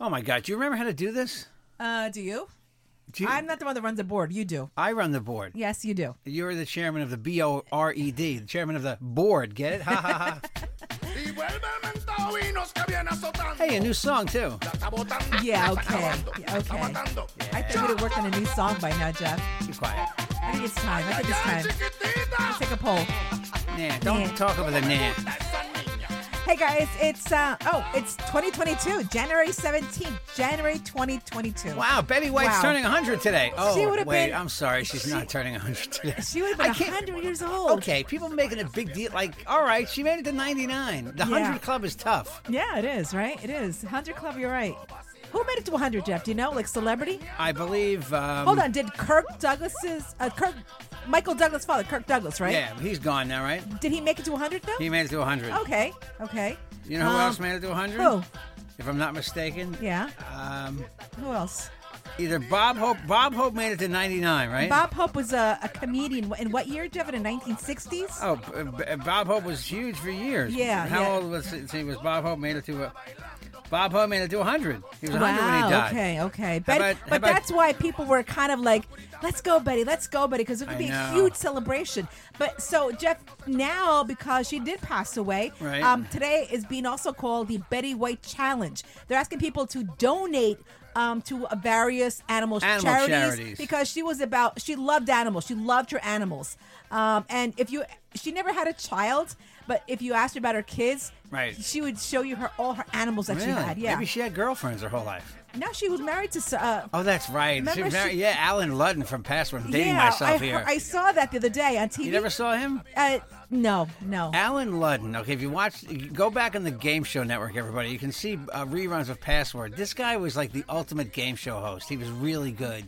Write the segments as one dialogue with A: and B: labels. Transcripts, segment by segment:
A: Oh my God, do you remember how to do this?
B: Uh, do you?
A: Do you-
B: I'm not the one that runs the board. You do.
A: I run the board.
B: Yes, you do.
A: You're the chairman of the B O R E D, the chairman of the board. Get it? Ha ha ha. Hey, a new song too.
B: Yeah, okay. Yeah, okay. I think we would have worked on a new song by now, Jeff.
A: Be quiet.
B: I think it's time. I think it's time. Let's take a poll.
A: Nah, don't
B: Yeah.
A: talk over the nah.
B: Hey guys, it's uh oh, it's 2022, January 17th, January 2022.
A: Wow, Betty White's
B: Wow.
A: turning 100 today. Oh,
B: She would've
A: wait,
B: been-
A: I'm sorry, she's not turning 100 today.
B: She would have
A: I
B: been
A: can't-
B: 100 years old.
A: Okay, people making a big deal. Like, all right, she made it to 99. The 100
B: Yeah.
A: club is tough.
B: Yeah, it is, right? It is. 100 Club, you're right. Who made it to 100, Jeff? Do you know? Like celebrity?
A: I believe. Um,
B: Hold on. Did Kirk Douglas's uh, Kirk Michael Douglas' father, Kirk Douglas, right?
A: Yeah, he's gone now, right?
B: Did he make it to 100 though?
A: He made it to 100.
B: Okay. Okay.
A: You know who
B: Um,
A: else made it to 100?
B: Who?
A: If I'm not mistaken.
B: Yeah.
A: Um,
B: Who else?
A: either Bob Hope. Bob Hope made it to 99, right?
B: Bob Hope was a, a comedian in what year, Jeff? In the 1960s?
A: Oh, B- B- Bob Hope was huge for years.
B: Yeah,
A: How
B: yeah.
A: old was he? Was Bob Hope made it to? A, Bob Hope made it to 100. He was 100 when
B: Wow.
A: he died.
B: Okay. Okay. But,
A: about- how
B: but
A: about-
B: that's why people were kind of like, "Let's go, Betty. Let's go, Betty," because it
A: I
B: would be a
A: know.
B: huge celebration. But so Jeff, now because she did pass away,
A: Right.
B: um, today is being also called the Betty White Challenge. They're asking people to donate. Um, to uh, various animal,
A: Animal charities.
B: because she was about she loved animals she loved her animals um, and if you she never had a child but if you asked her about her kids
A: Right.
B: she would show you her all her animals that
A: Really?
B: she had yeah
A: Maybe she had girlfriends her whole life.
B: no, she was married to. s- Uh,
A: Oh, that's right. She
B: Remember
A: was
B: she-
A: married- yeah, Alan Ludden from Password. I'm dating
B: yeah,
A: myself
B: I, heard-
A: here.
B: I saw that the other day on TV.
A: you never saw him?
B: Uh, no, no.
A: Alan Ludden. Okay, if you watch, go back on the Game Show Network, everybody. You can see uh, reruns of Password. This guy was like the ultimate game show host. He was really good.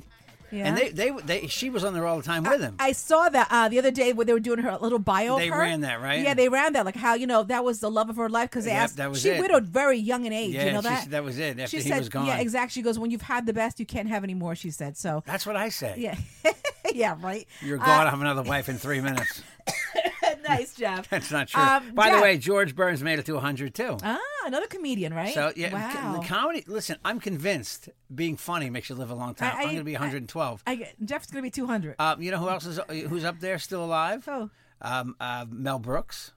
B: Yeah.
A: And they, they, they, she was on there all the time with him.
B: I saw that uh, the other day when they were doing her little bio. of
A: They
B: her.
A: ran that, right?
B: Yeah, they ran that. Like how you know that was the love of her life because they
A: Yep,
B: asked.
A: that was
B: she
A: it.
B: widowed very young in age.
A: yeah,
B: you know
A: she
B: that.
A: said that was it. After
B: she
A: he
B: said,
A: was gone.
B: "Yeah, exactly." She goes, "When you've had the best, you can't have any more." She said. So,
A: That's what I say.
B: yeah, Uh, yeah, right.
A: You're gone. I'll have another wife in three minutes.
B: nice, Jeff.
A: That's not true.
B: Um,
A: By the
B: Jeff.
A: way, George Burns made it to 100 too.
B: ah, another comedian, right?
A: So yeah, c-
B: wow.
A: the comedy. Listen, I'm convinced being funny makes you live a long time. I, am
B: I- I-
A: going to be
B: I-
A: 112.
B: I, Jeff's gonna be two hundred.
A: um, you know who else is who's up there still alive?
B: Oh.
A: Um, uh, Mel Brooks.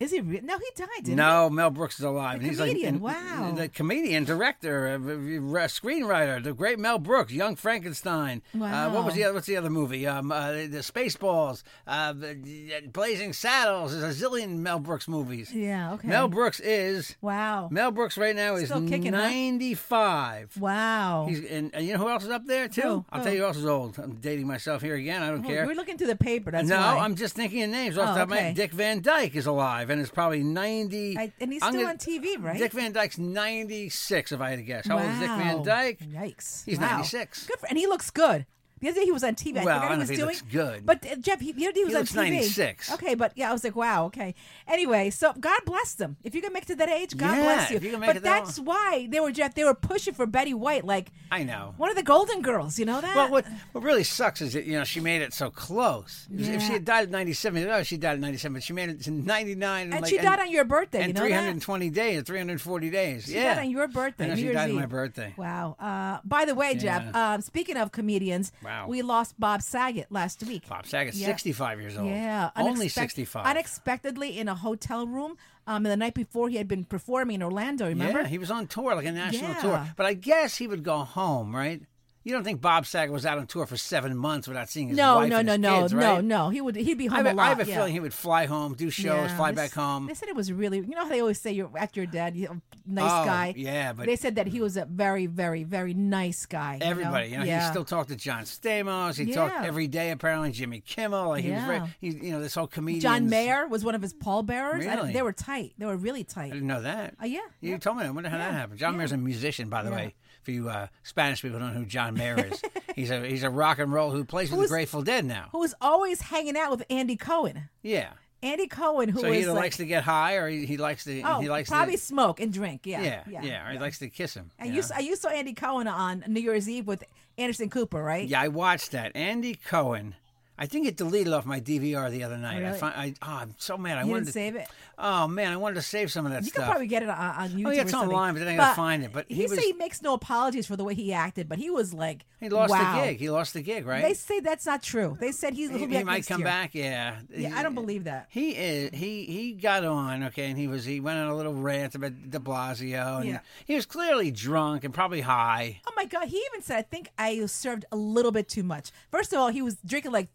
B: Is he real? No, he died. Didn't he?
A: no, Mel Brooks is alive.
B: The comedian, wow.
A: The comedian, director, uh, r- r- screenwriter, the great Mel Brooks, Young Frankenstein. Uh, what was
B: Wow.
A: the other? What's the other movie? Um, uh, the, the Spaceballs, uh, the- the Blazing Saddles. There's a zillion Mel Brooks movies.
B: Yeah, okay.
A: Mel Brooks is
B: Wow.
A: Mel Brooks right now is
B: Still kicking, huh?
A: 95.
B: wow.
A: He's and, and you know who else is up there too?
B: Who?
A: I'll
B: Who?
A: tell you who else is old. I'm dating myself here again. I don't
B: Oh,
A: care.
B: We're looking through the paper. That's
A: no,
B: why.
A: I'm just thinking of names off
B: Oh,
A: the top of my
B: okay.
A: head. Dick Van Dyke is alive and is probably 90.
B: I- and he's
A: I'm
B: still on TV, right?
A: Dick Van Dyke's 96, if I had to guess. How
B: wow.
A: old is Dick Van Dyke?
B: Yikes.
A: He's
B: Wow.
A: 96.
B: Good for, and he looks good. The other day he was on TV. I
A: Well, I
B: forgot
A: don't
B: he
A: know
B: was
A: if he
B: doing.
A: looks good.
B: But uh, Jeff, he, the other day he was
A: He
B: on
A: looks
B: TV.
A: 96.
B: Okay, but yeah, I was like, wow, okay. Anyway, so God bless them. If you can make it to that age, God
A: Yeah,
B: bless you.
A: if you can make
B: but
A: it that
B: that's why they were Jeff. They were pushing for Betty White, like
A: I know.
B: one of the Golden Girls. You know that?
A: Well, what what really sucks is that you know she made it so close. If- If she
B: Yeah.
A: had died at 97, oh, she died at 97, but she made it to 99.
B: And
A: like-
B: she died on your birthday.
A: And
B: you know that?
A: 320 days, 340 days.
B: She
A: yeah,
B: died on your birthday.
A: I know,
B: New
A: she
B: Year's
A: died on my
B: Eve.
A: birthday.
B: Wow. Uh, by the way, Jeff,
A: Yeah.
B: um, speaking of comedians,
A: Wow.
B: We lost Bob Saget last week.
A: Bob Saget's
B: Yeah.
A: 65 years old.
B: Yeah,
A: Only
B: unexpec-
A: 65.
B: Unexpectedly in a hotel room. Um, the night before he had been performing in Orlando. Remember?
A: Yeah, he was on tour, like a national
B: Yeah.
A: tour. But I guess he would go home, right? You don't think Bob Saget was out on tour for seven months without seeing his
B: no,
A: wife
B: no,
A: and
B: no,
A: his
B: no,
A: kids,
B: no,
A: right?
B: no. He would. He'd be
A: I have,
B: home
A: a-
B: a lot.
A: I have a
B: yeah.
A: feeling he would fly home, do shows,
B: Yeah,
A: fly
B: they
A: back
B: s-
A: home.
B: They said it was really, you know how they always say you're at your dad, you know, nice
A: Oh,
B: guy.
A: yeah, but-
B: they said that he was a very, very, very nice guy. you know?
A: Everybody, you know,
B: yeah.
A: he still talked to John Stamos. He talked
B: Yeah.
A: every day, apparently. Jimmy Kimmel, like he was
B: Yeah.
A: very, he, you know, this whole comedian.
B: John Mayer was one of his pallbearers. I don't-
A: Really?
B: they were tight. They were really
A: I
B: tight.
A: didn't know that.
B: Oh, yeah,
A: you
B: yeah.
A: told me. that. I wonder how
B: Yeah,
A: that happened. John
B: yeah.
A: Mayer's a musician, by the
B: Yeah.
A: way. For you uh, Spanish people who don't know who John Mayer is, he's a he's a rock and roll who plays with
B: Who's-
A: the Grateful Dead now.
B: Who was always hanging out with Andy Cohen.
A: Yeah.
B: Andy Cohen, who
A: So
B: was
A: he either
B: like,
A: likes to get high or he, he likes to
B: oh,
A: he likes
B: probably
A: to
B: smoke and drink. Yeah,
A: yeah
B: yeah.
A: or he likes to kiss him.
B: I
A: you know?
B: used I used uh, saw Andy Cohen on New Year's Eve with Anderson Cooper, right?
A: Yeah, I watched that. Andy Cohen. I think it deleted off my DVR the other night. I
B: really?
A: find, I oh, I'm so mad. I
B: you
A: wanted
B: didn't
A: to
B: save it.
A: Oh man, I wanted to save some of that
B: You could
A: stuff.
B: probably get it on, on YouTube.
A: Oh, yeah, it's
B: or something.
A: online, but then I gotta find it. But
B: he,
A: he
B: said
A: was-
B: he makes no apologies for the way he acted, but he was like,
A: he lost
B: wow.
A: the gig. He lost the gig, right?
B: They say that's not true. They said he's,
A: he,
B: he'll be
A: he
B: back
A: might
B: next
A: come
B: year.
A: back. Yeah.
B: Yeah, I don't believe that.
A: He is. He he got on okay, and he was he went on a little rant about De Blasio, and
B: Yeah.
A: he was clearly drunk and probably high.
B: Oh my god, he even said, "I think I served a little bit too much." First of all, he was drinking like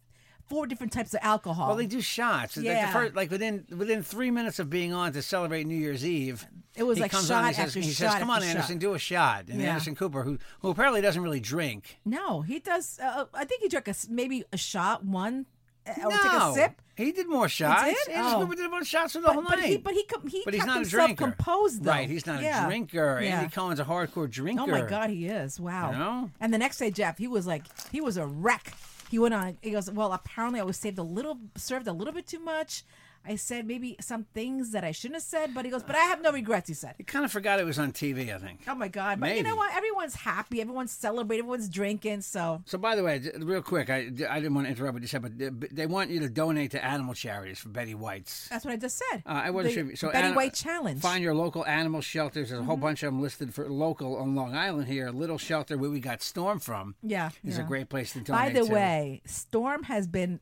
B: four different types of alcohol.
A: Well, they do shots. Like, the
B: Um, Yeah.
A: first- like within within three minutes of being on to celebrate New Year's Eve,
B: It was
A: he
B: like
A: comes
B: shot
A: on. And he
B: after
A: says, he
B: shot
A: says, "Come on,
B: after shot."
A: Anderson, do a shot." And
B: Yeah.
A: Anderson Cooper, who who apparently doesn't really drink,
B: no, he does. Uh, I think he drank a s maybe a shot, one, uh, or
A: no,
B: take a sip.
A: he did more shots.
B: did?
A: Anderson
B: Oh.
A: Cooper did a bunch of shots for the whole
B: But, but
A: night.
B: he, but he, com- he
A: But
B: kept
A: he's not a
B: himself
A: drinker.
B: composed, though.
A: Right, he's not
B: Yeah.
A: a drinker.
B: Yeah.
A: Andy Cohen's a hardcore drinker.
B: Oh my God, he is! Wow.
A: You know?
B: And the next day, Jeff, he was like, he was a wreck. He went on. He goes, well, apparently I was saved a little, served a little bit too much. I said maybe some things that I shouldn't have said, but he goes, but I have no regrets. He said.
A: He kind of forgot it was on TV, I think.
B: Oh my God! But you know
A: Maybe.
B: what? Everyone's happy. Everyone's celebrating. Everyone's drinking. So
A: So, by the way, j- real quick, I, I didn't want to interrupt what you said, but they- they want you to donate to animal charities for Betty White's.
B: that's what I just said.
A: Uh, I wasn't
B: The
A: sure. if you- So
B: Betty
A: ani-
B: White challenge. Mm-hmm.
A: Find your local animal shelters. There's a whole bunch of them listed for local on Long Island here. Little shelter where we got storm from.
B: Yeah,
A: is
B: yeah.
A: a great place to
B: By
A: donate.
B: the
A: to.
B: way, Storm has been.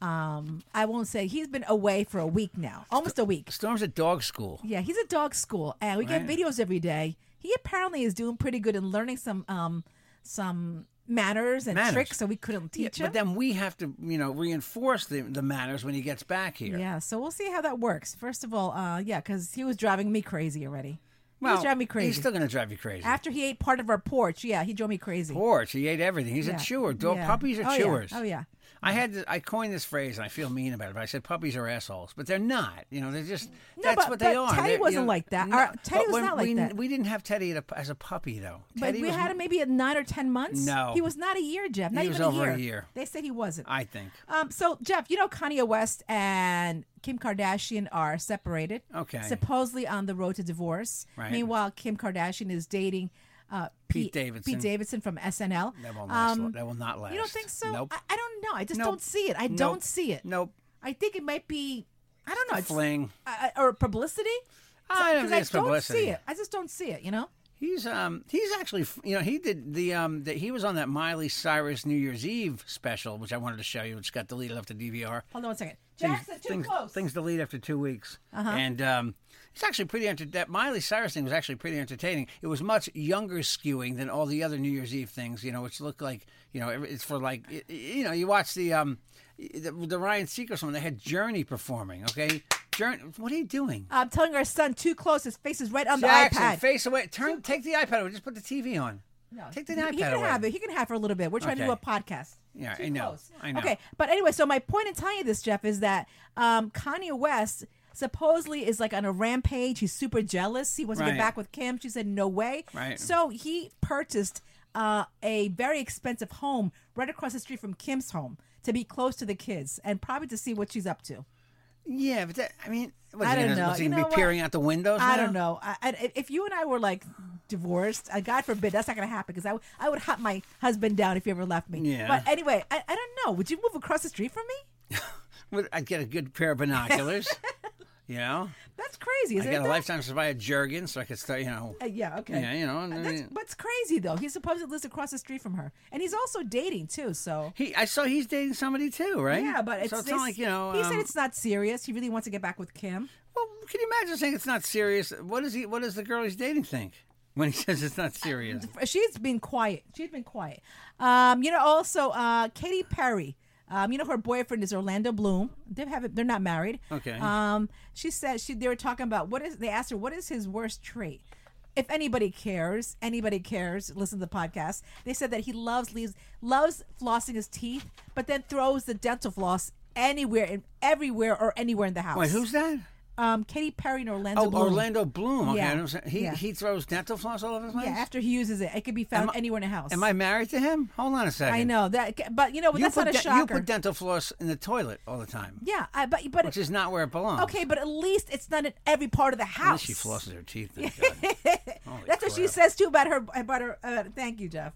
B: Um, I won't say he's been away for a week now, almost a week.
A: Storm's at dog school.
B: Yeah, he's at dog school, and we get videos every day. He apparently is doing pretty good and learning some um some manners and
A: Manners.
B: tricks, so we couldn't
A: Yeah,
B: teach him.
A: but then we have to, you know, reinforce the, the manners when he gets back here.
B: yeah, so we'll see how that works. First of all, uh, yeah, because he was driving me crazy already. he
A: well,
B: was driving me crazy.
A: He's still going to drive you crazy.
B: After he ate part of our porch, yeah, he drove me crazy.
A: porch. He ate everything. He's
B: Yeah,
A: a chewer. Dog
B: yeah.
A: puppies are
B: oh,
A: chewers.
B: Yeah. Oh yeah.
A: I had to, I coined this phrase and I feel mean about it, but I said puppies are assholes, but they're not. You know, they're just
B: No,
A: that's
B: but-
A: what they
B: but
A: are.
B: Teddy
A: They're- you
B: wasn't
A: know,
B: like that. Our- Teddy
A: but
B: was
A: when
B: not like
A: we,
B: that.
A: We didn't have Teddy at a- as a puppy though.
B: But
A: Teddy
B: we
A: was,
B: had him maybe at nine or ten months.
A: No.
B: he was not a year, Jeff. Not
A: He
B: even
A: was over a year.
B: They said he wasn't.
A: I think.
B: Um, so Jeff, you know Kanye West and Kim Kardashian are separated.
A: Okay.
B: Supposedly on the road to divorce.
A: Right.
B: Meanwhile, Kim Kardashian is dating uh,
A: Pete Davidson.
B: Pete Davidson from SNL.
A: That will not.
B: Um,
A: that will not last.
B: You don't think so?
A: Nope.
B: I, I don't know. I just
A: Nope.
B: don't see it. I
A: Nope.
B: don't see it.
A: Nope.
B: I think it might be. I don't know. It's,
A: Fling.
B: uh, or publicity.
A: I don't
B: 'Cause
A: think it's
B: don't
A: publicity.
B: see it. I just don't see it. You know.
A: He's um he's actually f- you know he did the um that he was on that Miley Cyrus New Year's Eve special which I wanted to show you which got deleted off the DVR.
B: Hold on one second.
A: things-
B: Jackson, too
A: things,
B: close. Uh-huh.
A: things delete after two weeks. And um, it's actually pretty enter- that Miley Cyrus thing was actually pretty entertaining. It was much younger skewing than all the other New Year's Eve things, you know, which look like you know every- it's for like y- y- you know you watch the um the, the Ryan Seacrest one. They had Journey performing. Okay, Journey, what are you doing?
B: I'm telling our son too close. His face is right on
A: Jackson,
B: the iPad.
A: face away. Turn, take the iPad away. Just put the TV on. No, take the
B: he,
A: iPad
B: he can
A: away.
B: have it. He can have for a little bit. We're trying to do a
A: Okay.
B: podcast.
A: Yeah,
B: Too
A: I know.
B: close.
A: I know.
B: Okay, but anyway, so my point in telling you this, Jeff, is that um, Kanye West supposedly is like on a rampage. He's super jealous. He wants to get
A: Right.
B: back with Kim. She said no way.
A: Right.
B: So he purchased uh, a very expensive home right across the street from Kim's home to be close to the kids and probably to see what she's up to.
A: Yeah, but that, I mean, what's
B: I
A: he
B: don't
A: gonna-
B: know.
A: what's he
B: You
A: gonna
B: know
A: be
B: what?
A: peering out the windows?
B: I
A: now?
B: don't know. I, I, if you and I were like divorced, uh, God forbid, that's not going to happen because I, would- I would hop my husband down if he ever left me.
A: Yeah.
B: But anyway, I, I don't know. Would you move across the street from me?
A: Well, I'd get a good pair of binoculars. you know,
B: That's crazy,
A: I
B: isn't
A: got
B: it?
A: a
B: though?
A: lifetime supply of Jergens, so I could start, you know.
B: Uh, yeah, okay.
A: Yeah, you know, and
B: Uh,
A: then
B: That's,
A: you-
B: but it's crazy though. He supposedly lives across the street from her, and he's also dating too. So
A: He, I saw he's dating somebody too, right?
B: yeah, but it's,
A: so it's
B: they
A: not
B: s-
A: like you know.
B: He said
A: um,
B: it's not serious. He really wants to get back with Kim.
A: Well, can you imagine saying it's not serious? What is he? What does the girl he's dating think when he says it's not serious?
B: She's been quiet. She's been quiet. Um, you know, also uh, Katy Perry. Um, you know, her boyfriend is Orlando Bloom. They have they're not married.
A: Okay.
B: Um, she said she they were talking about what is they asked her what is his worst trait. If anybody cares, anybody cares. Listen to the podcast. They said that he loves leaves loves flossing his teeth, but then throws the dental floss anywhere and everywhere or anywhere in the house.
A: Wait, who's that?
B: um Katy Perry and Orlando?
A: Oh,
B: Bloom.
A: Orlando Bloom. Okay,
B: Yeah.
A: I know what I'm saying. he
B: Yeah.
A: he throws dental floss all over the place.
B: Yeah, after he uses it, it could be found
A: Am I-
B: anywhere in the house.
A: Am I married to him? Hold on a second.
B: I know that, but you know, but
A: You
B: that's
A: put
B: not a
A: de- you
B: shocker.
A: put dental floss in the toilet all the time,
B: yeah, I, but but
A: which is not where it belongs.
B: okay, but at least it's not in every part of the house.
A: At least she flosses her teeth. Thank God. Holy
B: That's what she
A: crap.
B: says too about her about her. Uh, thank you, Jeff.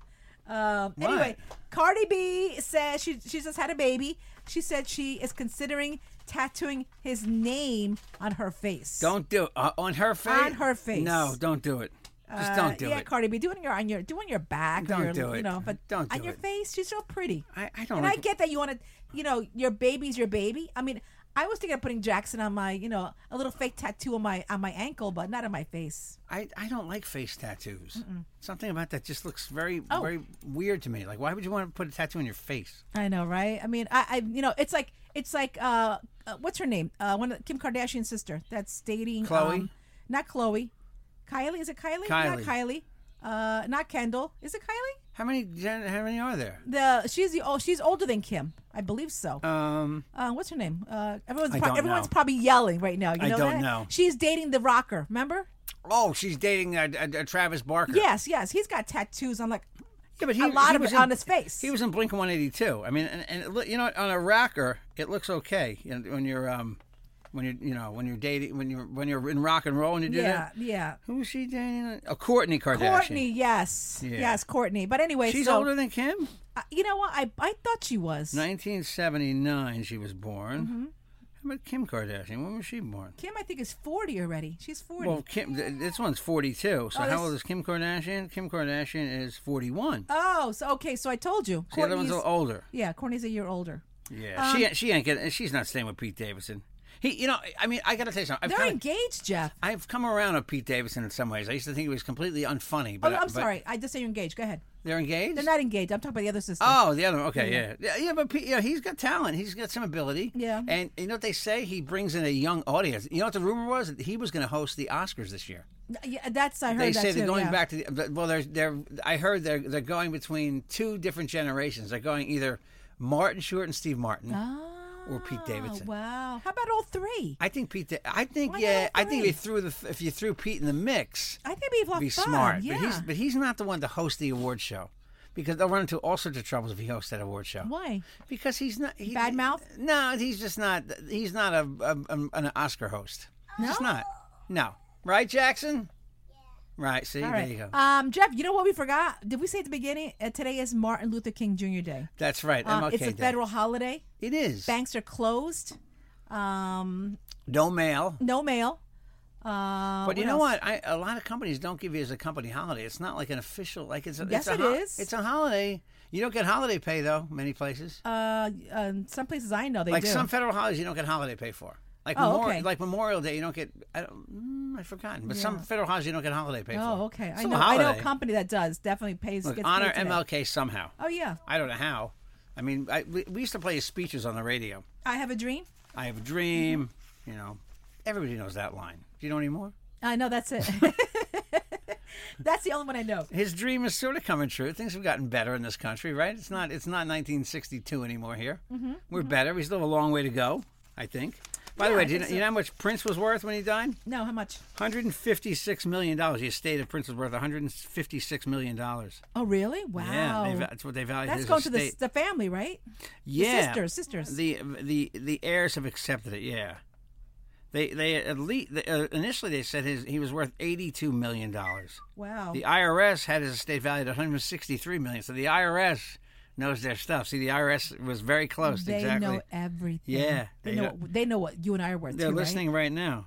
B: Um, anyway, Cardi B says she she just had a baby. She said she is considering tattooing his name on her face.
A: Don't do it uh, on her face.
B: On her face.
A: No, don't do it. Just
B: Uh,
A: don't do
B: yeah,
A: it.
B: Cardi B, do it on your on your do it on your back.
A: Don't
B: your,
A: do
B: You
A: it.
B: know, but
A: Don't
B: on
A: do
B: your
A: it.
B: face. She's so pretty.
A: I, I don't.
B: And I
A: like-
B: get that you want to, you know, your baby's your baby. I mean, I was thinking of putting Jackson on my, you know, a little fake tattoo on my on my ankle, but not on my face.
A: I, I don't like face tattoos. Something about that just looks very
B: Oh.
A: very weird to me. Like, why would you want to put a tattoo on your face?
B: I know, right? I mean, I, I you know, it's like it's like uh, uh what's her name? Uh, one of Kim Kardashian's sister that's dating
A: Khloe?
B: um, not Chloe, Kylie. Is it Kylie? Not
A: Kylie.
B: Kylie. Uh, not Kendall. Is it Kylie?
A: How many gen- how many are there?
B: The she's the oh she's older than Kim, I believe so.
A: Um,
B: Uh, what's her name? Uh, everyone's
A: I
B: pro-
A: don't
B: everyone's
A: know.
B: probably yelling right now. You
A: I
B: know
A: don't
B: that?
A: know.
B: She's dating the rocker. Remember?
A: oh, she's dating uh, uh, uh, Travis Barker.
B: Yes, yes. He's got tattoos. I'm like,
A: Yeah, but he,
B: a lot
A: he
B: of
A: was
B: it
A: in-
B: on his face.
A: He was in Blink One Eighty Two. I mean, and, and it, loo- you know, on a rocker, it looks okay you know, when you're um, when you're you know when you're dating when you're when you're in rock and roll and you do
B: yeah,
A: that.
B: yeah.
A: Who was she dating? Oh, Courtney Kardashian.
B: Courtney, yes,
A: Yeah.
B: yes, Courtney. But anyway,
A: She's
B: so
A: older than Kim.
B: uh, you know what? I I thought she was
A: 1979, she was born.
B: Mm-hmm.
A: How about Kim Kardashian? When was she born?
B: Kim. I think is forty already. She's forty.
A: Well, Kim, th- this one's 42. So
B: Oh,
A: how
B: this-
A: old is Kim Kardashian? Kim Kardashian is 41.
B: oh, so okay. So I told you,
A: so the other one's a
B: Courtney's- um,
A: little older.
B: yeah, Courtney's a year older.
A: Yeah, she she ain't getting. She's not staying with Pete Davidson. He, you know, I mean, I gotta tell you something. I've
B: They're
A: kinda-
B: engaged, Jeff.
A: I've come around on Pete Davidson in some ways. I used to think he was completely unfunny,
B: Oh,
A: but
B: I'm
A: but
B: sorry. I just say you're engaged. Go ahead.
A: They're engaged.
B: They're not engaged. I'm talking about the other sister.
A: Oh, the other one. Okay, yeah, yeah, yeah. But Pete, yeah, he's got talent. He's got some ability.
B: Yeah.
A: And you know what they say? He brings in a young audience. You know what the rumor was? He was going to host the Oscars this year.
B: yeah, that's I heard.
A: They
B: that
A: say
B: too,
A: they're going
B: yeah.
A: back to the well. They're they're. I heard they're they're going between two different generations. They're going either Martin Short and Steve Martin or Pete
B: Oh,
A: Davidson.
B: wow. How about all three?
A: I think Pete. Da- I think
B: Why not
A: yeah.
B: all
A: I think
B: three?
A: they threw the if you threw Pete in the mix,
B: I think it'd be, a lot
A: be
B: of fun.
A: smart.
B: Yeah.
A: But he's but he's not the one to host the award show. Because they'll run into all sorts of troubles if he hosts that award show.
B: Why?
A: Because he's not he,
B: Bad mouth?
A: No, he's just not. He's not a, a, a- an Oscar host. No, he's not. No, right, Jackson? Right. See,
B: All
A: there
B: right.
A: you go.
B: Um, Jeff, you know what we forgot? Did we say at the beginning? Uh, today is Martin Luther King Jr. Day.
A: That's right.
B: Um,
A: MLK
B: it's a
A: Day.
B: federal holiday.
A: It is.
B: Banks are closed. Um,
A: No mail.
B: no mail. Uh,
A: But you know
B: else?
A: what? I, a lot of companies don't give you as a company holiday. It's not like an official. Like it's a,
B: Yes,
A: it's a
B: it
A: ho-
B: is.
A: It's a holiday. You don't get holiday pay though. Many places,
B: Uh, um, some places I know they
A: like
B: do.
A: some federal holidays, you don't get holiday pay for. Like
B: Oh,
A: Memorial,
B: okay.
A: like Memorial Day, you don't get. I don't, mm, I've forgotten, but some federal holidays you don't get holiday pay for.
B: oh, okay. I
A: Still a
B: know. I know a
A: holiday.
B: company that does definitely pays.
A: Look,
B: gets
A: honor
B: paid today.
A: MLK somehow.
B: Oh yeah,
A: I don't know how. I mean, I, we, we used to play his speeches on the radio.
B: I have a dream.
A: I have a dream.
B: Mm-hmm.
A: You know, everybody knows that line. Do you know any more?
B: I know that's it. that's the only one I know.
A: His dream is sort of coming true. Things have gotten better in this country, right? It's not. It's not 1962 anymore here.
B: Mm-hmm.
A: We're better. We still have a long way to go. I think. By the way, do you know, you know how much Prince was worth when he died?
B: No, how much?
A: 156 million dollars. The estate of Prince was worth 156 million dollars.
B: Oh really? Wow.
A: Yeah, uh, they, va- that's what they valued.
B: that's
A: his
B: going to
A: estate.
B: the, the family, right?
A: Yeah,
B: sisters, sisters.
A: The the the heirs have accepted it. Yeah, they they at least uh, initially they said his he was worth eighty two million dollars.
B: Wow.
A: The IRS had his estate valued at one hundred sixty three million. So the IRS knows their stuff. See, the IRS was very close.
B: They
A: exactly.
B: know everything.
A: Yeah,
B: they,
A: they
B: know.
A: know-
B: what- They know what you and I are worth.
A: They're
B: too, right?
A: listening right now.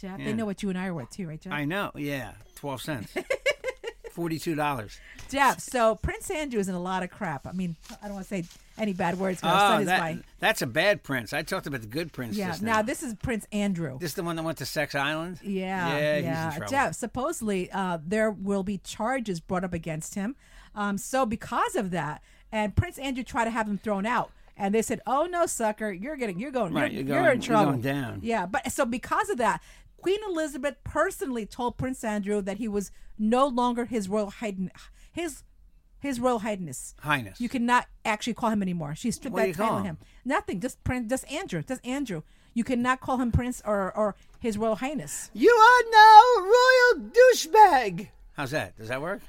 B: Jeff. They
A: Yeah.
B: know what you and I are worth too, right, Jeff?
A: I know. Yeah, twelve cents, forty-two dollars.
B: Jeff. So Prince Andrew is in a lot of crap. I mean, I don't want to say any bad words. 'cause our son
A: Oh,
B: is
A: that,
B: buying-
A: that's a bad prince. I talked about the good prince.
B: Yeah.
A: just now,
B: Now this is Prince Andrew.
A: this is the one that went to Sex Island.
B: Yeah,
A: yeah,
B: yeah.
A: He's in trouble.
B: Jeff, supposedly uh, there will be charges brought up against him. Um, so because of that, and Prince Andrew tried to have him thrown out, and they said, "Oh no, sucker, you're getting, you're going,
A: Right,
B: you're,
A: you're
B: you're in
A: going- you're
B: trouble,
A: going down.
B: Yeah, but so because of that, Queen Elizabeth personally told Prince Andrew that he was no longer his royal highness, his his royal highness.
A: Highness.
B: You cannot actually call him anymore. She stripped
A: What do
B: that
A: you
B: title
A: call
B: of him.
A: him?
B: Nothing. Just Prince. Just Andrew. Just Andrew. You cannot call him Prince or or his royal highness.
A: You are now royal douchebag. How's that? Does that work?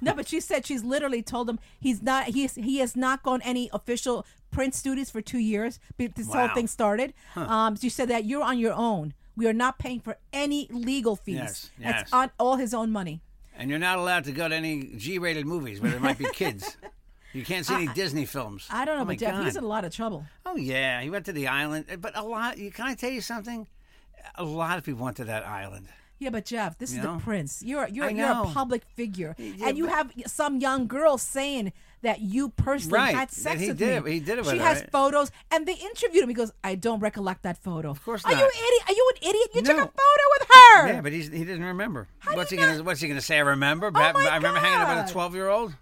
B: No, but she said she's literally told him he's not. He is, he has not gone any official prince duties for two years. be- This whole
A: Wow.
B: thing started. Um, she said that you're on your own. We are not paying for any legal fees.
A: Yes, yes.
B: That's on all his own money.
A: And you're not allowed to go to any G-rated movies where there might be kids. You can't see any Disney films.
B: I don't know,
A: Oh my
B: but Jeff, he's
A: God.
B: in a lot of trouble.
A: Oh yeah, he went to the island. Uh, But a lot. Can I tell you something? A lot of people went to that island.
B: Yeah, but Jeff, this is
A: know?
B: the prince. You're you're
A: I
B: you're a
A: know.
B: public figure, and you have some young girl saying that you personally
A: Right,
B: had
A: that
B: sex
A: he
B: with
A: did it-
B: me.
A: he did it
B: she
A: with her,
B: has
A: right?
B: photos, and they interviewed him. He goes, "I don't recollect that photo." Of
A: course
B: Are you
A: not.
B: an idiot? Are you an idiot? You took a
A: No.
B: photo with her.
A: Yeah, but he's, he doesn't remember.
B: do
A: what's
B: you
A: he
B: not-
A: gonna What's he gonna say? I remember.
B: Oh
A: I,
B: my
A: I remember hanging out with
B: God.
A: a twelve-year-old.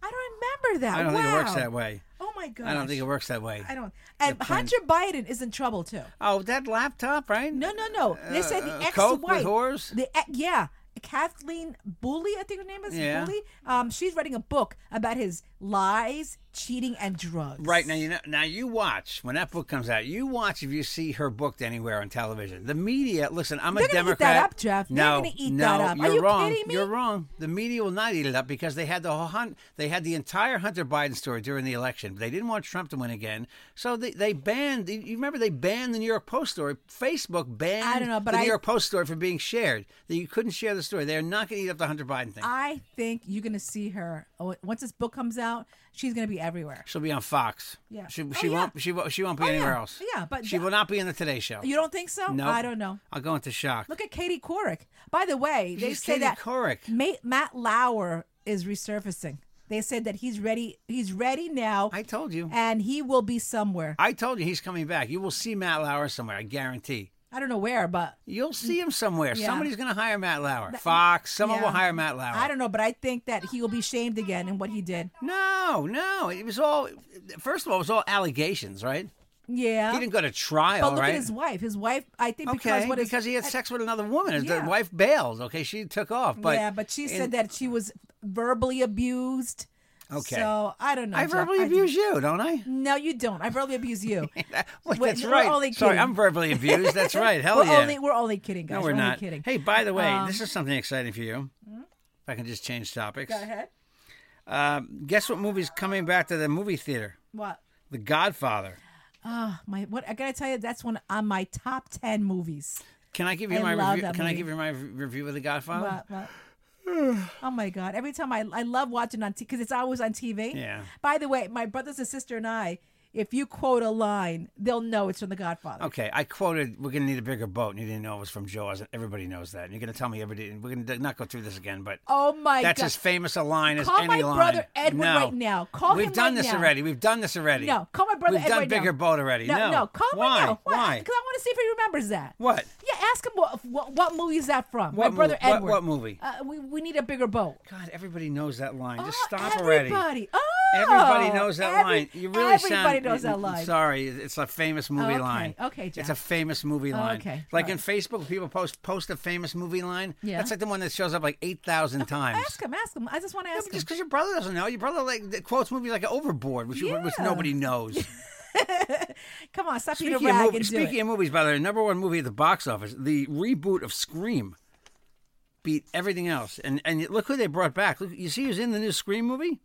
B: I don't remember that.
A: I don't
B: wow.
A: think it works that way.
B: Oh my god.
A: I don't think it works that way.
B: I don't. And Hunter Biden is in trouble too.
A: Oh, that laptop, right?
B: No, no, no. They said the
A: uh,
B: ex-wife,
A: Coke with whores?
B: the e- yeah, Kathleen Booley, I think her name is
A: Yeah.
B: Booley. Um, she's writing a book about his lies, cheating, and drugs.
A: Right now, you know. Now you watch when that book comes out. You watch if you see her booked anywhere on television. The media. Listen, I'm
B: They're
A: a
B: gonna eat that
A: Democrat.
B: up, Jeff. They're
A: No,
B: gonna eat
A: no,
B: that up. Are
A: You're
B: you
A: wrong.
B: kidding me?
A: You're wrong. The media will not eat it up because they had the whole hunt. They had the entire Hunter Biden story during the election. They didn't want Trump to win again, so they, they banned. You remember they banned the New York Post story. Facebook banned
B: I don't know, but
A: the
B: I-
A: New York Post story from being shared. That you couldn't share the story. They're not going to eat up the Hunter Biden thing.
B: I think you're gonna see her oh, once this book comes out. She's gonna be everywhere.
A: She'll be on Fox.
B: Yeah.
A: She,
B: Oh,
A: she
B: yeah.
A: won't. She won't. She won't be
B: Oh, yeah.
A: anywhere else.
B: Yeah, but
A: she
B: the-
A: will not be in the Today Show.
B: You don't think so?
A: No,
B: I don't know.
A: I'll go into shock.
B: Look at Katie Couric. By the way, they
A: She's
B: say
A: Katie
B: that
A: Couric.
B: Ma- Matt Lauer is resurfacing. They said that he's ready. He's ready now,
A: I told you.
B: and he will be somewhere.
A: I told you he's coming back. You will see Matt Lauer somewhere. I guarantee.
B: I don't know where, but
A: You'll see him somewhere.
B: Yeah.
A: Somebody's going to hire Matt Lauer. Fox. Someone
B: yeah.
A: will hire Matt Lauer.
B: I don't know. But I think that he will be shamed again in what he did.
A: No, no. It was all. First of all, it was all allegations, right?
B: Yeah.
A: He didn't go to trial,
B: but look
A: right?
B: at his wife. His wife, I think, because
A: okay,
B: what is-
A: because he had sex with another woman.
B: Yeah.
A: The wife bailed. Okay, she took off. But
B: yeah, but she said
A: in-
B: that she was verbally abused.
A: Okay.
B: So I don't know.
A: I
B: Jeff.
A: verbally abuse you, don't I?
B: No, you don't. I verbally abuse you.
A: Well,
B: We're-
A: that's
B: we're
A: right.
B: only
A: Sorry,
B: kidding.
A: I'm verbally abused. That's right. Hell
B: we're
A: yeah.
B: only we're only kidding, guys.
A: no,
B: we're,
A: we're,
B: only
A: not.
B: kidding. Um, hmm?
A: Hey, by the way, this is something exciting for you. If I can just change topics.
B: Go ahead.
A: Um, guess what movie's coming back to the movie theater?
B: What?
A: The Godfather.
B: Oh, my what I gotta tell you, that's one on my top ten movies.
A: Can I give you
B: I
A: my
B: love
A: review?
B: that
A: Can I
B: movie.
A: give you my re- review of The Godfather?
B: What, what? oh my god! Every time I I love watching on because it's always on TV.
A: Yeah.
B: By the way, my brothers and sister and I, if you quote a line, they'll know it's from The Godfather.
A: Okay, I quoted, "We're gonna need a bigger boat," and you didn't know it was from Jaws. And everybody knows that. And you're gonna tell me everybody. We're gonna d- not go through this again, but
B: Oh my
A: that's
B: god!
A: as famous a line as
B: Call
A: any
B: my
A: line.
B: brother Edward
A: no.
B: right now. Call
A: We've
B: him
A: done
B: right
A: this
B: now.
A: already. We've done this already.
B: No, call my brother
A: We've
B: Edward
A: done bigger
B: now.
A: boat already.
B: No, no, call him
A: Why?
B: right now.
A: Why?
B: Because I want to see if he remembers that.
A: What?
B: Yeah, ask him what what, what movie is that from?
A: What
B: my brother
A: mov- what-
B: Edward.
A: what movie?
B: Uh, we we need a bigger boat.
A: God, everybody knows that line. Just
B: Oh,
A: stop
B: everybody.
A: already.
B: Oh,
A: Everybody knows that
B: every-
A: line. You really
B: everybody
A: sound,
B: knows that
A: I'm
B: line.
A: Sorry, it's a famous movie
B: okay.
A: line.
B: Okay, Jeff. Oh,
A: It's a famous movie line.
B: okay.
A: Like
B: All
A: in Facebook, people post post a famous movie line.
B: Yeah.
A: That's like the one that shows up like eight thousand times.
B: Ask him. Ask him. I just want to
A: Yeah,
B: ask
A: but
B: him.
A: just because your brother doesn't know, your brother like th- quotes movies like Overboard, which you- which
B: Yeah.
A: nobody knows.
B: Come on, stop being a
A: Speaking,
B: rag
A: of, mov-
B: and do
A: speaking
B: it.
A: of movies, by the way, number one movie at the box office, the reboot of Scream beat everything else. And and look who they brought back. Look, you see who's in the new Scream movie?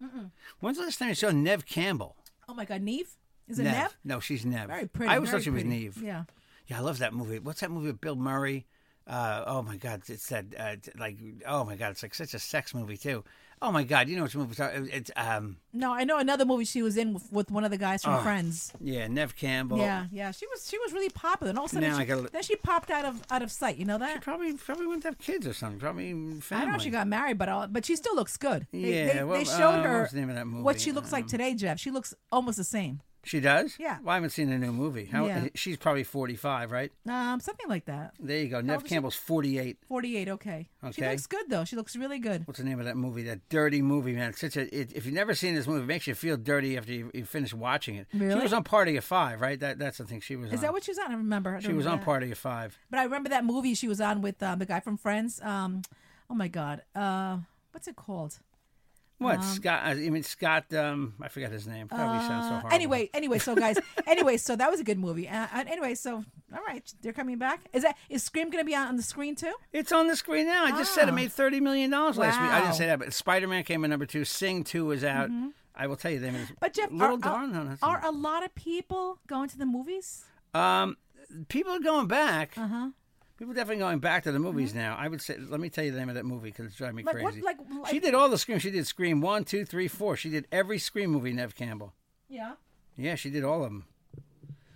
A: When's the last time you saw Nev Campbell?
B: oh my God, Neve? Is it Nev?
A: No, she's Nev.
B: Very pretty.
A: I always
B: very
A: thought she was
B: pretty.
A: Neve.
B: Yeah.
A: Yeah, I love that movie. What's that movie with Bill Murray? Uh, oh my God, it's that uh, t- like oh my God, it's like such a sex movie too. Oh my God, you know which movie? It's um
B: No, I know another movie she was in with, with one of the guys
A: Ah,
B: from Friends.
A: yeah, Nev Campbell.
B: yeah, yeah, she was she was really popular, and all of a sudden
A: Now
B: she,
A: I gotta-
B: then she popped out of out of sight. You know that?
A: probably probably wouldn't have kids or something. Probably family.
B: I don't know if she got married, but all, but she still looks good. They,
A: Yeah,
B: they,
A: well,
B: they showed
A: uh,
B: her
A: what was the name of that
B: what
A: movie?
B: she looks like
A: Um,
B: today, Jeff. She looks almost the same,
A: She does.
B: Yeah.
A: Well, I haven't seen a new movie. How,
B: Yeah.
A: She's probably forty five, right?
B: um, something like that.
A: There you go. Nev
B: old is she?
A: Campbell's forty eight.
B: Forty-eight, okay. She
A: Okay.
B: looks good though. She looks really good.
A: What's the name of that movie? That dirty movie, man. It's such a. It, if you've never seen this movie, it makes you feel dirty after you, you finish watching it. She
B: Really?
A: was on Party of Five, right? That that's the thing she was.
B: Is
A: on.
B: that what she was on? I remember. I don't
A: Uh, she was on
B: remember that.
A: Party of Five?
B: But I remember that movie she was on with um, the guy from Friends. Um, oh my God, uh, what's it called?
A: What
B: Um,
A: Scott? I mean Scott. Um, I forgot his name. Probably sounds so
B: Uh,
A: horrible.
B: anyway, anyway, so guys, anyway, so that was a good movie. Uh, uh, anyway, so all right, they're coming back. Is that is Scream going to be on, on the screen too?
A: it's on the screen now. I just said it
B: Ah.
A: made thirty million dollars last week. I didn't
B: Wow. Mm-hmm.
A: say that, but Spider Man came in number two. Sing two is out. I will tell you the name. Of this.
B: But Jeff,
A: Little
B: are,
A: Darn. no,
B: are,
A: that's-
B: are a lot of people going to the movies?
A: Um, people are going back. Uh
B: Uh-huh.
A: huh. People are definitely going back to the movies now. I would say, let me tell you the name of that movie because it's driving me
B: Like what-
A: crazy.
B: like-
A: she
B: like-
A: did all the Scream. She did Scream one, two, three, four. She did every Scream movie. Nev Campbell.
B: Yeah,
A: Yeah, she did all of them.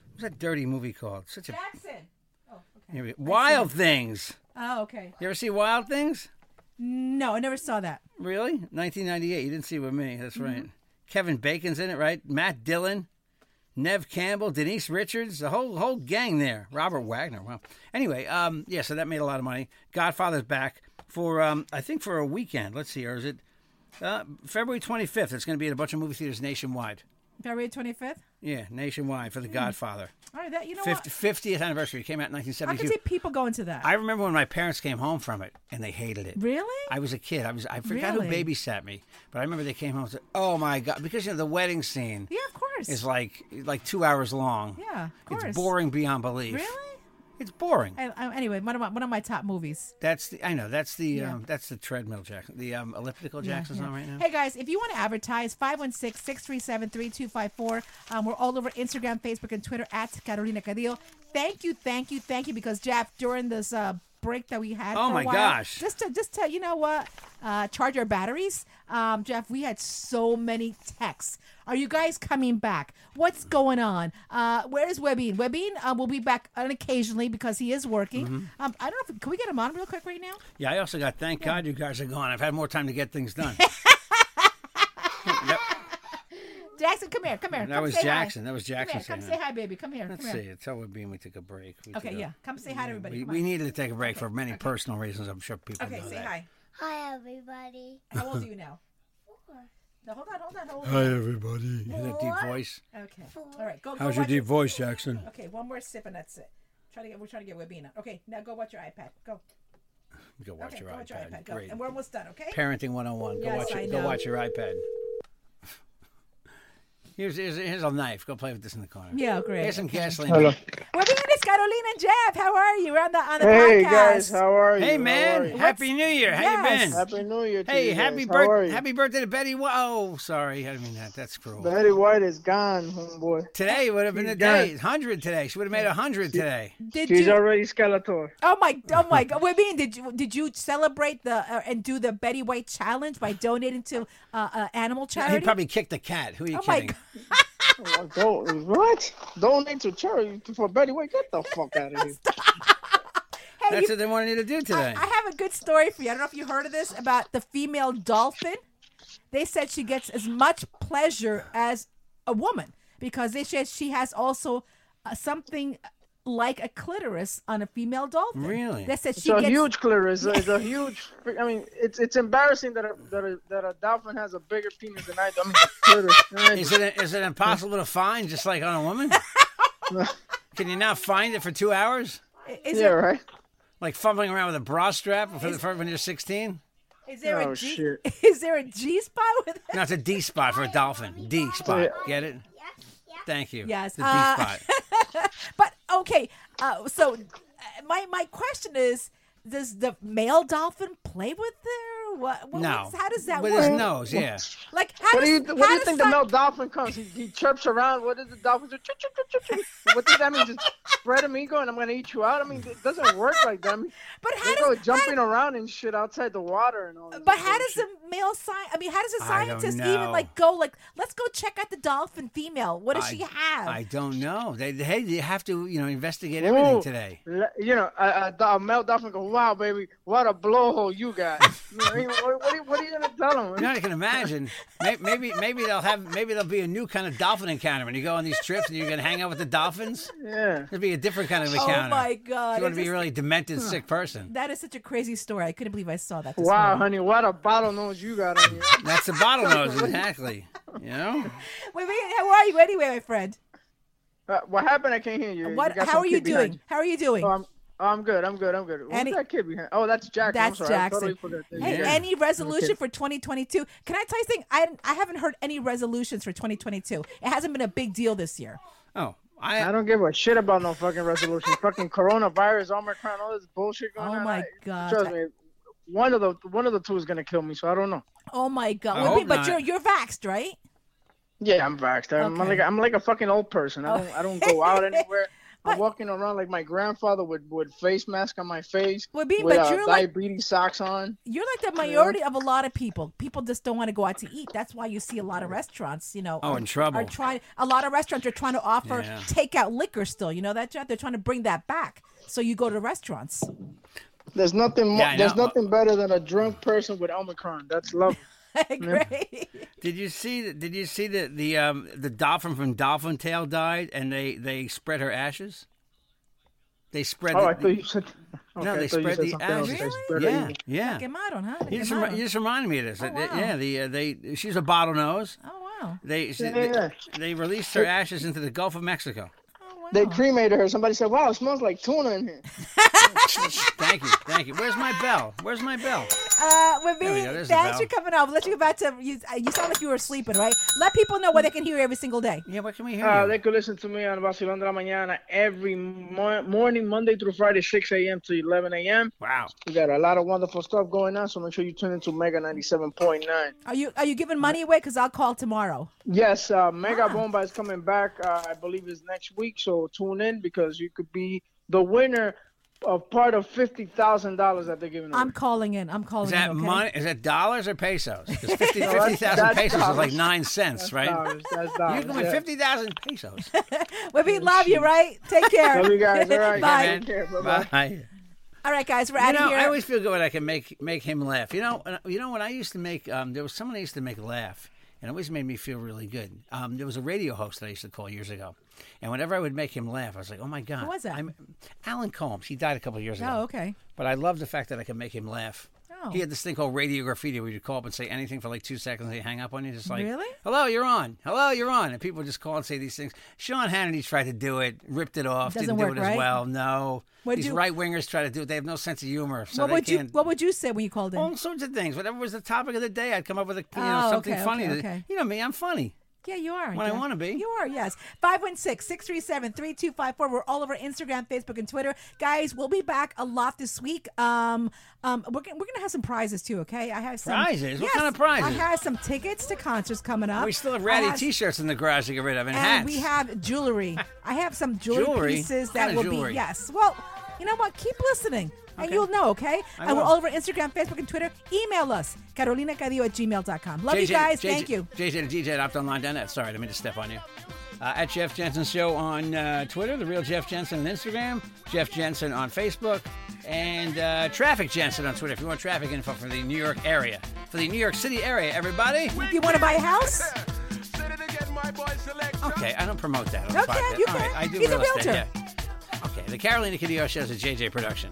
A: What's that dirty movie called? Such a
B: Jackson. Oh, okay.
A: Here we- Wild Things.
B: Oh, okay.
A: You ever see Wild Things?
B: No, I never saw that.
A: Really? 1998. You didn't see it with me.
B: Mm-hmm.
A: That's right. Kevin Bacon's in it, right? Matt Dillon, Nev Campbell, Denise Richards, the whole whole gang there. Robert Wagner. Wow. Anyway, um, yeah. So that made a lot of money. Godfather's back for um, I think for a weekend. Let's see, or is it uh, February 25th? It's going to be at a bunch of movie theaters nationwide.
B: February twenty fifth.
A: Yeah, nationwide for The Godfather.
B: All right, that Mm. you know
A: 50,
B: what?
A: 50th anniversary. It came out in
B: I
A: 1972.
B: can see people going to that.
A: I remember when my parents came home from it and they hated it.
B: Really?
A: I was a kid. I was I forgot
B: Really?
A: who babysat me, but I remember they came home and said, "Oh my god!" Because you know the wedding scene
B: yeah, of course.
A: is like like two hours long.
B: Yeah, of course.
A: it's boring beyond belief.
B: Really?
A: It's boring.
B: I, I, um, anyway, one of my one of my top movies.
A: That's the I know that's the um, that's the treadmill Jackson, the um, elliptical Jackson's on right now.
B: Hey guys, if you want to advertise, 516-637-3254. Um, we're all over Instagram, Facebook, and Twitter at Carolina Cadillo. Thank you, thank you, thank you. Because Jeff, during this uh, break that we had,
A: Oh
B: for a
A: my
B: while,
A: gosh.
B: just to just to you know what, uh, charge our batteries. Um, Jeff, we had so many texts. Are you guys coming back? What's going on? Uh, where is Webin? Webin uh, will be back on occasionally because he is working.
A: Mm-hmm.
B: Um, I don't know. If, can we get him on real quick right now?
A: Yeah, I also got. Thank God you guys are gone. I've had more time to get things done. yep.
B: Jackson, come here, come here.
A: That
B: come
A: was
B: say hi.
A: Jackson. That was Jackson
B: Come here, come
A: saying
B: say
A: that.
B: hi, baby. Come here.
A: Let's
B: come
A: see.
B: Here.
A: It's how we being. We took a break. We
B: Okay,
A: took a-
B: yeah. Come say hi to everybody.
A: We,
B: come
A: we
B: on.
A: needed to take a break for many personal reasons. I'm sure people
B: Okay,
A: know
B: say
A: that.
B: hi.
C: Hi, everybody.
B: How old are you now? No, hold on, hold on, hold
A: Hi,
B: on.
A: everybody. You that deep voice?
B: Okay. All right, go. go
A: How's your
B: watch
A: deep voice, Jackson?
B: Okay, one more sip and that's it. Try to get. We're trying to get Webina. Okay, now go watch your iPad. Go.
A: Go watch
B: okay,
A: your
B: go
A: iPad.
B: watch your iPad. Go.
A: Great.
B: And we're almost done. Okay.
A: Parenting 101. Go,
B: Yes,
A: watch
B: I
A: it. go
B: know.
A: watch your iPad. Here's, here's, here's a knife. Go play with this in the corner.
B: Yeah, great.
A: Here's some gasoline.
B: Webina, it's Carolina and Jeff. How are you? We're on the on the
D: Hey
B: podcast.
D: guys, how are you?
A: Hey,
D: How
A: man.
D: are you?
A: Happy New Year. How
B: Yes.
A: you been?
D: Happy New Year to
A: Hey,
D: you
A: happy,
D: guys. How are
A: birth-
D: you?
A: happy birthday to Betty. Wha- Oh, sorry. I didn't mean that. That's cruel.
D: Betty White is gone, homeboy.
A: Today would have been a
D: got-
A: day. 100 today. She would have made 100 today.
B: Did
D: She's
B: you?
D: already Skeletor.
B: Oh my! Oh my God! Webina, did you did you celebrate the uh, and do the Betty White challenge by donating to uh, uh, animal charity?
A: He probably kicked the cat. Who are you
B: Oh, my
A: kidding?
B: God.
D: Oh, Go, what? Donate to charity for Betty White? Get the fuck out of here.
B: Hey,
A: That's
B: you-
A: what they wanted you to do
B: I,
A: today.
B: I have a good story for you. I don't know if you heard of this about the female dolphin. They said she gets as much pleasure as a woman because they said she has also uh, something like a clitoris on a female dolphin.
A: Really?
B: They said
D: It's
B: she
D: a
B: gets
D: huge clear. It's a, it's a huge. I mean, it's it's embarrassing that a, that a, that a dolphin has a bigger penis than I do. I mean, clitoris. I mean,
A: Is it is it impossible to find just like on a woman? Can you not find it for two hours?
B: Is,
D: yeah,
B: there,
D: right.
A: Like fumbling around with a bra strap for the for when you're 16?
B: is there
D: Oh,
B: a G?
D: shit.
B: Is there a G spot with it?
A: No, it's a D spot for a dolphin. D spot. Get it? Thank you.
B: Yes,
A: The D
B: uh,
A: spot.
B: But okay, uh, so uh, my my question is: Does the male dolphin play with their What? what
A: No.
B: what's- How does that
A: With
B: work?
A: his nose, yeah.
B: Like, how
D: What
B: does,
D: do you what
B: how
D: do you
B: does
D: think the
B: some-
D: male dolphin comes? He, he chirps around. What does the dolphin do? Chirp, chirp, chirp, chirp, chirp. What does that mean? Just spread amigo and I'm gonna eat you out. I mean, it doesn't work like that. I mean,
B: But how
D: they
B: does-
D: go
B: how-
D: jumping around and shit outside the water and all. that
B: But
D: other
B: how does
D: shit.
B: the male science? I mean, how does a
A: I don't
B: scientist even
A: know.
B: like go like? Let's go check out the dolphin female. What does
A: I-
B: she have?
A: I don't know. They, they- hey, they have to you know investigate
D: Ooh,
A: everything today.
D: le- You know, a, a, do- a male dolphin go, "Wow, baby, what a blowhole you got." I mean, what, what, are you, what are you gonna tell
A: You know,
D: him?
A: I can imagine. May- Maybe, maybe they'll have, maybe there'll be a new kind of dolphin encounter when you go on these trips and you can hang out with the dolphins.
D: Yeah.
A: It'll be a different kind of
B: oh
A: encounter.
B: my
A: If
B: god!
A: you want to
B: it
A: be
B: just-
A: a really demented, sick person.
B: That is such a crazy story. I couldn't believe I saw that. This
D: Wow,
B: morning.
D: honey, what a bottlenose you got on you.
A: That's a bottlenose, exactly. You know.
B: Wait, wait, how are you anyway, my friend?
D: Uh, what happened? I can't hear you.
B: What?
D: You got
B: How
D: some
B: are you
D: kid behind
B: doing? How are you doing?
D: Oh, I'm, oh, I'm good. I'm good. I'm good. Who's
B: Any-
D: that kid behind? Oh, that's Jackson.
B: That's
D: I'm sorry. I
B: Jackson.
D: totally forgot that.
B: Hey,
A: Yeah.
B: any resolution for 2022? Can I tell you something? I I haven't heard any resolutions for 2022. It hasn't been a big deal this year.
A: Oh,
D: I
B: uh,
A: I.
D: don't give a shit about no fucking resolution. fucking coronavirus, Omicron, all this bullshit going
B: Oh
D: on.
B: my
D: I-
B: God.
D: Trust me, one of the one of the two is gonna kill me, so I don't know.
B: Oh my god!
A: I
B: Well,
A: hope
B: but
A: not.
B: you're you're vaxxed, right?
D: Yeah, I'm vaxxed. I'm,
B: Okay. Oh.
D: like I'm like a fucking old person. I don't I don't go out anywhere.
B: But-
D: I'm walking around like my grandfather with with face mask on my face.
B: Well, B,
D: with,
B: but
D: uh,
B: you're like-
D: diabetes socks on.
B: You're like the majority of a lot of people. People just don't want to go out to eat. That's why you see a lot of restaurants, you know.
A: Oh,
B: are-
A: in trouble.
B: Are trying a lot of restaurants are trying to offer
A: Yeah.
B: takeout liquor still. You know that Jeff? They're trying to bring that back. So you go to restaurants.
D: There's nothing more.
A: Yeah, I
D: there's
A: know.
D: nothing better than a drunk person with Omicron. That's love.
B: Great.
A: Did you see? the- Did you see the the um the dolphin from Dolphin Tale died, and they they spread her ashes. They spread.
D: Oh,
A: the,
D: I thought you said. Okay,
A: no,
D: I
A: they
D: thought you
A: spread
D: said
A: the
D: something else.
A: ashes.
D: They spread it
A: Yeah,
D: even.
A: yeah.
B: Quemaron, huh?
A: You just,
B: Quemaron.
A: rem- you just reminded me of this.
B: Oh,
A: They-
B: wow.
A: Yeah, the uh, they she's a bottlenose.
B: Oh wow.
A: They, she-
D: Yeah, yeah.
A: they they released her ashes into the Gulf of Mexico.
B: Oh wow.
D: They cremated her. Somebody said, "Wow, it smells like tuna in here."
A: Thank you, thank you. Where's my bell? Where's my bell?
B: uh, Waveen,
A: There we go, there's the
B: thanks for
A: bell.
B: coming on. Let's go back to you. uh, You sound like you were sleeping, right? Let people know where they can hear you every single day.
A: Yeah, what can we hear?
D: Uh,
A: you?
D: they could listen to me on Vacilón de la Mañana every mo- morning, Monday through Friday, 6 a.m. to 11 a.m.
A: Wow.
D: We got a lot of wonderful stuff going on, so make sure you tune into Mega 97.9.
B: Are you are you giving money away? Because I'll call tomorrow.
D: Yes, uh, Mega Bomba is coming back. Uh, I believe it's next week, so tune in because you could be the winner of part of $50,000 that they're giving away.
B: I'm calling in. I'm calling
A: Is that
B: in. Okay?
A: money? Is that dollars or pesos? Because fifty
D: that's-
A: fifty thousand
D: that's
A: pesos is
D: dollars.
A: like nine cents, right?
D: Dollars, that's
A: You
D: dollars,
A: can win
D: yeah.
A: fifty thousand pesos.
B: Waveen, love you, right? Take care.
D: Love you guys. All right,
B: Bye.
D: guys.
A: Man,
D: Take care. Bye-bye.
A: Bye.
B: All right, guys, we're
A: You
B: out of
A: know,
B: here.
A: I always feel good when I can make make him laugh. You know, and- uh, you know when I used to make um, there was someone I used to make laugh, and it always made me feel really good. Um, there was a radio host that I used to call years ago, and whenever I would make him laugh, I was like, oh my god,
B: was that?
A: I'm Alan Combs. He died a couple of years ago.
B: oh, okay.
A: But I love the fact that I can make him laugh.
B: Oh.
A: He had this thing called radio graffiti where you'd call up and say anything for like two seconds and he'd hang up on you. Just like,
B: Really?
A: Hello, you're on. Hello, you're on. And people would just call and say these things. Sean Hannity tried to do it, ripped it off,
B: Doesn't
A: didn't
B: work,
A: do it
B: right?
A: as well. No.
B: What'd
A: these
B: you-
A: right wingers try to do it. They have no sense of humor. So
B: what
A: they
B: would you
A: can't.
B: What would you say when you called in?
A: all sorts of things. Whatever was the topic of the day, I'd come up with a, you know,
B: Oh,
A: something
B: okay,
A: funny.
B: okay,
A: that-
B: okay.
A: You know me, I'm funny.
B: yeah, you are.
A: When I
B: Jeff.
A: wanna be.
B: You are, yes. 516 637 3254. We're all over Instagram, Facebook, and Twitter. Guys, we'll be back a lot this week. Um, um, We're, gonna- we're going to have some prizes, too, okay? I have some.
A: Prizes? What
B: Yes,
A: kind of prizes?
B: I have some tickets to concerts coming up.
A: We still have
B: I
A: ratty
B: have-
A: t shirts in the garage to get rid of and,
B: Uh, and
A: hats.
B: we have jewelry. I have some jewelry,
A: Jewelry?
B: pieces
A: What
B: that
A: kind
B: will
A: of jewelry?
B: be yes. Well, you know what? Keep listening. And
A: Okay.
B: you'll know, okay?
A: I
B: and
A: will.
B: we're all over Instagram, Facebook, and Twitter. Email us, carolinacadillo at gmail.com. Love you
A: JJ
B: guys.
A: JJ
B: Thank you.
A: JJ and DJ at optonline.net. Sorry, let me just step on you. Uh, at Jeff Jensen Show on uh, Twitter, The Real Jeff Jensen on Instagram, Jeff Jensen on Facebook, and uh, Traffic Jensen on Twitter if you want traffic info for the New York area. For the New York City area, everybody.
B: If you want to buy a house,
A: Okay, I don't promote that. On the
B: Okay,
A: podcast.
B: you
A: All right,
B: can.
A: I do
B: He's a
A: real estate,
B: realtor.
A: yeah. Okay, the Carolina Cadillo Show is a JJ production.